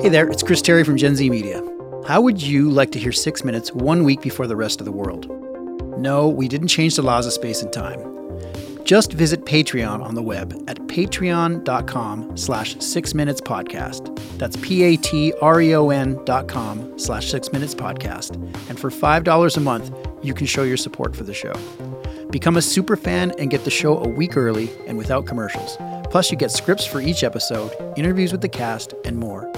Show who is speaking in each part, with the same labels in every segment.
Speaker 1: Hey there, it's Chris Terry from Gen Z Media. How would you like to hear six minutes one week before the rest of the world? No, we didn't change the laws of space and time. Just visit Patreon on the web at patreon.com slash six minutes podcast. That's P-A-T-R-E-O-N E dot com slash six minutes podcast. And for $5 a month, you can show your support for the show. Become a super fan and get the show a week early and without commercials. Plus, you get scripts for each episode, interviews with the cast, and more.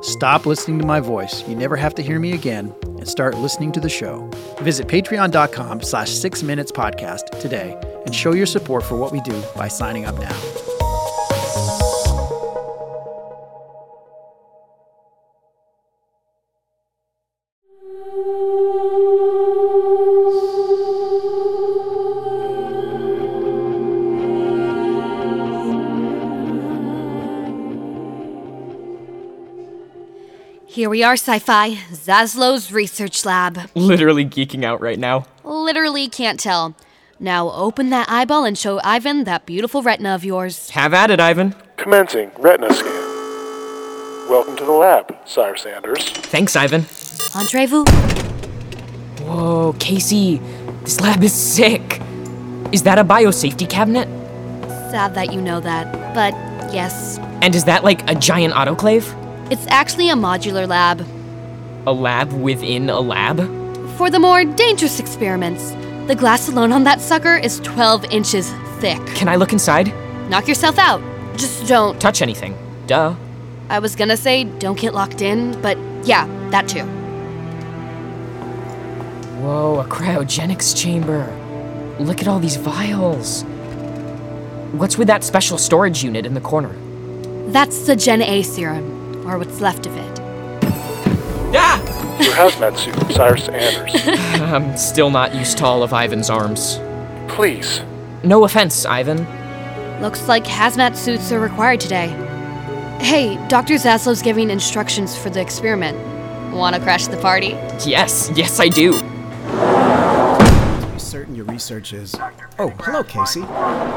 Speaker 1: Stop listening to my voice. You never have to hear me again and start listening to the show. Visit patreon.com slash six minutes podcast today and show your support for what we do by signing up now.
Speaker 2: Here we are, sci fi, Zaslow's research lab.
Speaker 3: literally geeking out right now.
Speaker 2: Literally can't tell. Now open that eyeball and show Ivan that beautiful retina of yours.
Speaker 3: Have at it, Ivan.
Speaker 4: Commencing retina scan. Welcome to the lab, Sire Sanders.
Speaker 3: Thanks, Ivan.
Speaker 2: Entrez vous.
Speaker 3: Whoa, Oh, Casey, this lab is sick. Is that a biosafety cabinet?
Speaker 2: Sad that you know that, but yes.
Speaker 3: And is that like a giant autoclave?
Speaker 2: It's actually a modular lab
Speaker 3: A lab within a lab?
Speaker 2: for the more dangerous experiments. The glass alone on that sucker is 12 inches thick.
Speaker 3: Can I look inside?
Speaker 2: Knock yourself out. Just don't.
Speaker 3: Touch anything. Duh.
Speaker 2: I was gonna say don't get locked in, but yeah, that too.
Speaker 3: Whoa, a cryogenics chamber. Look at all these vials. What's with that special storage unit in the corner?
Speaker 2: That's the Gen A serum, or what's left of it.
Speaker 3: Ah!
Speaker 4: Your hazmat suit, Sire Sanders.
Speaker 3: I'm still not used to all of Ivan's arms.
Speaker 4: Please,
Speaker 3: No offense, Ivan.
Speaker 2: Looks like hazmat suits are required today. Hey, Dr. Zaslow's giving instructions for the experiment. Wanna crash the party?
Speaker 3: Yes, yes, I do.
Speaker 5: certain your research is. Oh, hello, Casey.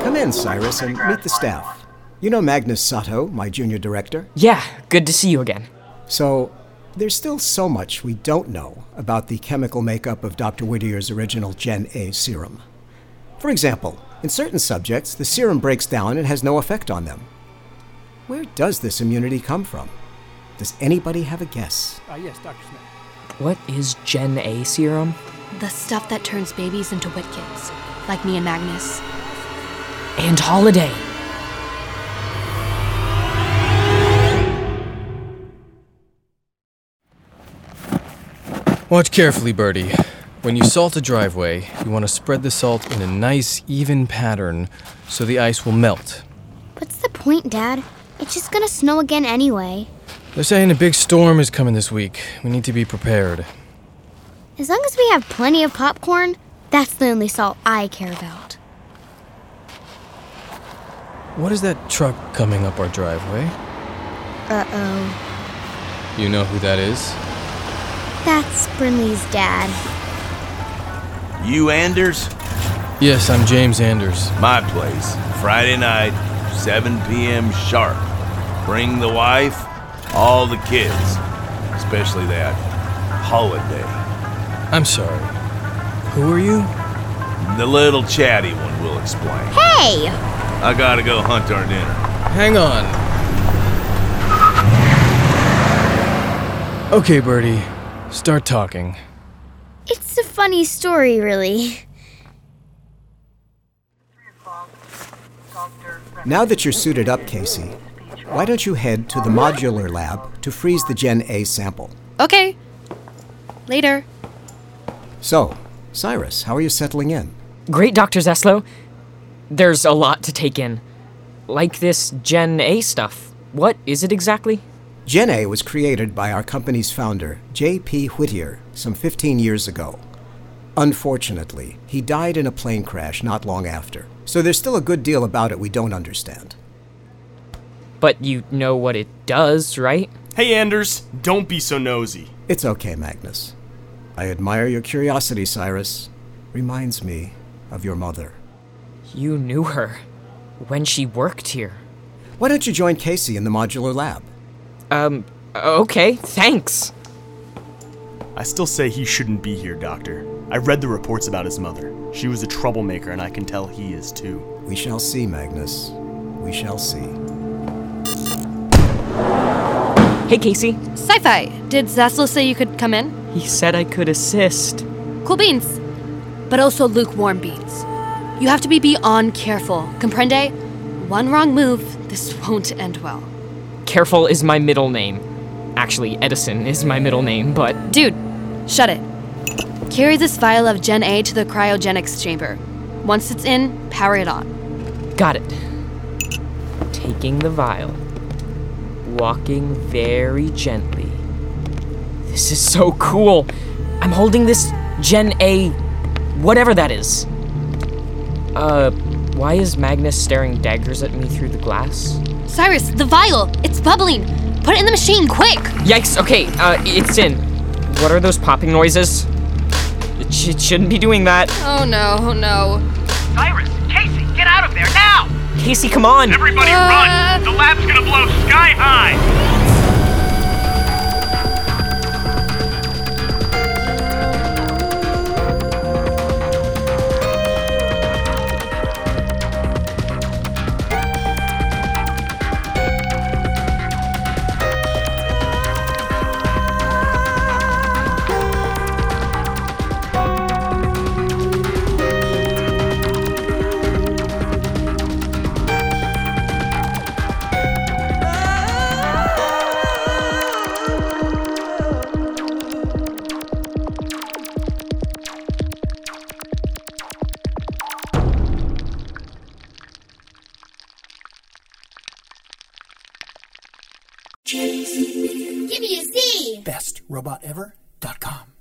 Speaker 5: Come in, Cyrus, and meet the staff. You know Magnus Sato, my junior director?
Speaker 3: Yeah, good to see you again.
Speaker 5: So, there's still so much we don't know about the chemical makeup of Dr. Whittier's original Gen A serum. For example, in certain subjects, the serum breaks down and has no effect on them. Where does this immunity come from? Does anybody have a guess?
Speaker 3: What is Gen A serum?
Speaker 2: The stuff that turns babies into wit kids, like me and Magnus.
Speaker 3: And Holiday.
Speaker 6: Watch carefully, Birdie. When you salt a driveway, you want to spread the salt in a nice, even pattern so the ice will melt.
Speaker 7: What's the point, Dad? It's just gonna snow again anyway.
Speaker 6: They're saying a big storm is coming this week. We need to be prepared.
Speaker 7: As long as we have plenty of popcorn, that's the only salt I care about.
Speaker 6: What is that truck coming up our driveway?
Speaker 7: Uh oh.
Speaker 6: You know who that is?
Speaker 7: That's Brinley's dad.
Speaker 8: You Anders?
Speaker 6: Yes, I'm James Anders.
Speaker 8: My place. Friday night, 7 p.m. sharp. Bring the wife, all the kids, especially that holiday.
Speaker 6: I'm sorry. Who are you?
Speaker 8: The little chatty one will explain.
Speaker 7: Hey!
Speaker 8: I gotta go hunt our dinner.
Speaker 6: Hang on. Okay, Birdie. Start talking.
Speaker 7: It's a funny story, really.
Speaker 5: Now that you're suited up, Casey, why don't you head to the modular lab to freeze the Gen A sample?
Speaker 2: Okay. Later.
Speaker 5: So, Cyrus, how are you settling in?
Speaker 3: Great, Dr. Zeslow. There's a lot to take in. Like this Gen A stuff. What is it exactly?
Speaker 5: Gen A was created by our company's founder, J.P. Whittier, some 15 years ago. Unfortunately, he died in a plane crash not long after, so there's still a good deal about it we don't understand.
Speaker 3: But you know what it does, right?
Speaker 9: Hey, Anders, don't be so nosy.
Speaker 5: It's okay, Magnus. I admire your curiosity, Cyrus. Reminds me of your mother.
Speaker 3: You knew her when she worked here.
Speaker 5: Why don't you join Casey in the modular lab?
Speaker 3: Um, Okay, thanks.
Speaker 9: I still say he shouldn't be here, Doctor. I read the reports about his mother. She was a troublemaker, and I can tell he is too.
Speaker 5: We shall see, Magnus. We shall see.
Speaker 3: Hey, Casey.
Speaker 2: Sci fi, did Zaslow say you could come in?
Speaker 3: He said I could assist.
Speaker 2: Cool beans. But also lukewarm beans. You have to be beyond careful, comprende? One wrong move, this won't end well.
Speaker 3: Careful is my middle name. Actually, Edison is my middle name, but
Speaker 2: Dude, shut it. Carry this vial of Gen A to the cryogenics chamber. Once it's in, power it on.
Speaker 3: got it. Taking the vial. Walking very gently. This is so cool. I'm holding this Gen A. whatever that is. Uh, why is Magnus staring daggers at me through the glass?
Speaker 2: Cyrus, the vial! It's bubbling! Put it in the machine, quick!
Speaker 3: Yikes, okay, uh, it's in. What are those popping noises? It, sh- it shouldn't be doing that.
Speaker 2: Oh no, oh no.
Speaker 10: Cyrus, Casey, get out of there now!
Speaker 3: Casey, come on!
Speaker 10: Everybody
Speaker 2: Ah.
Speaker 10: run! The lab's gonna blow sky high!
Speaker 7: Give me a C!
Speaker 1: bestrobotever.com.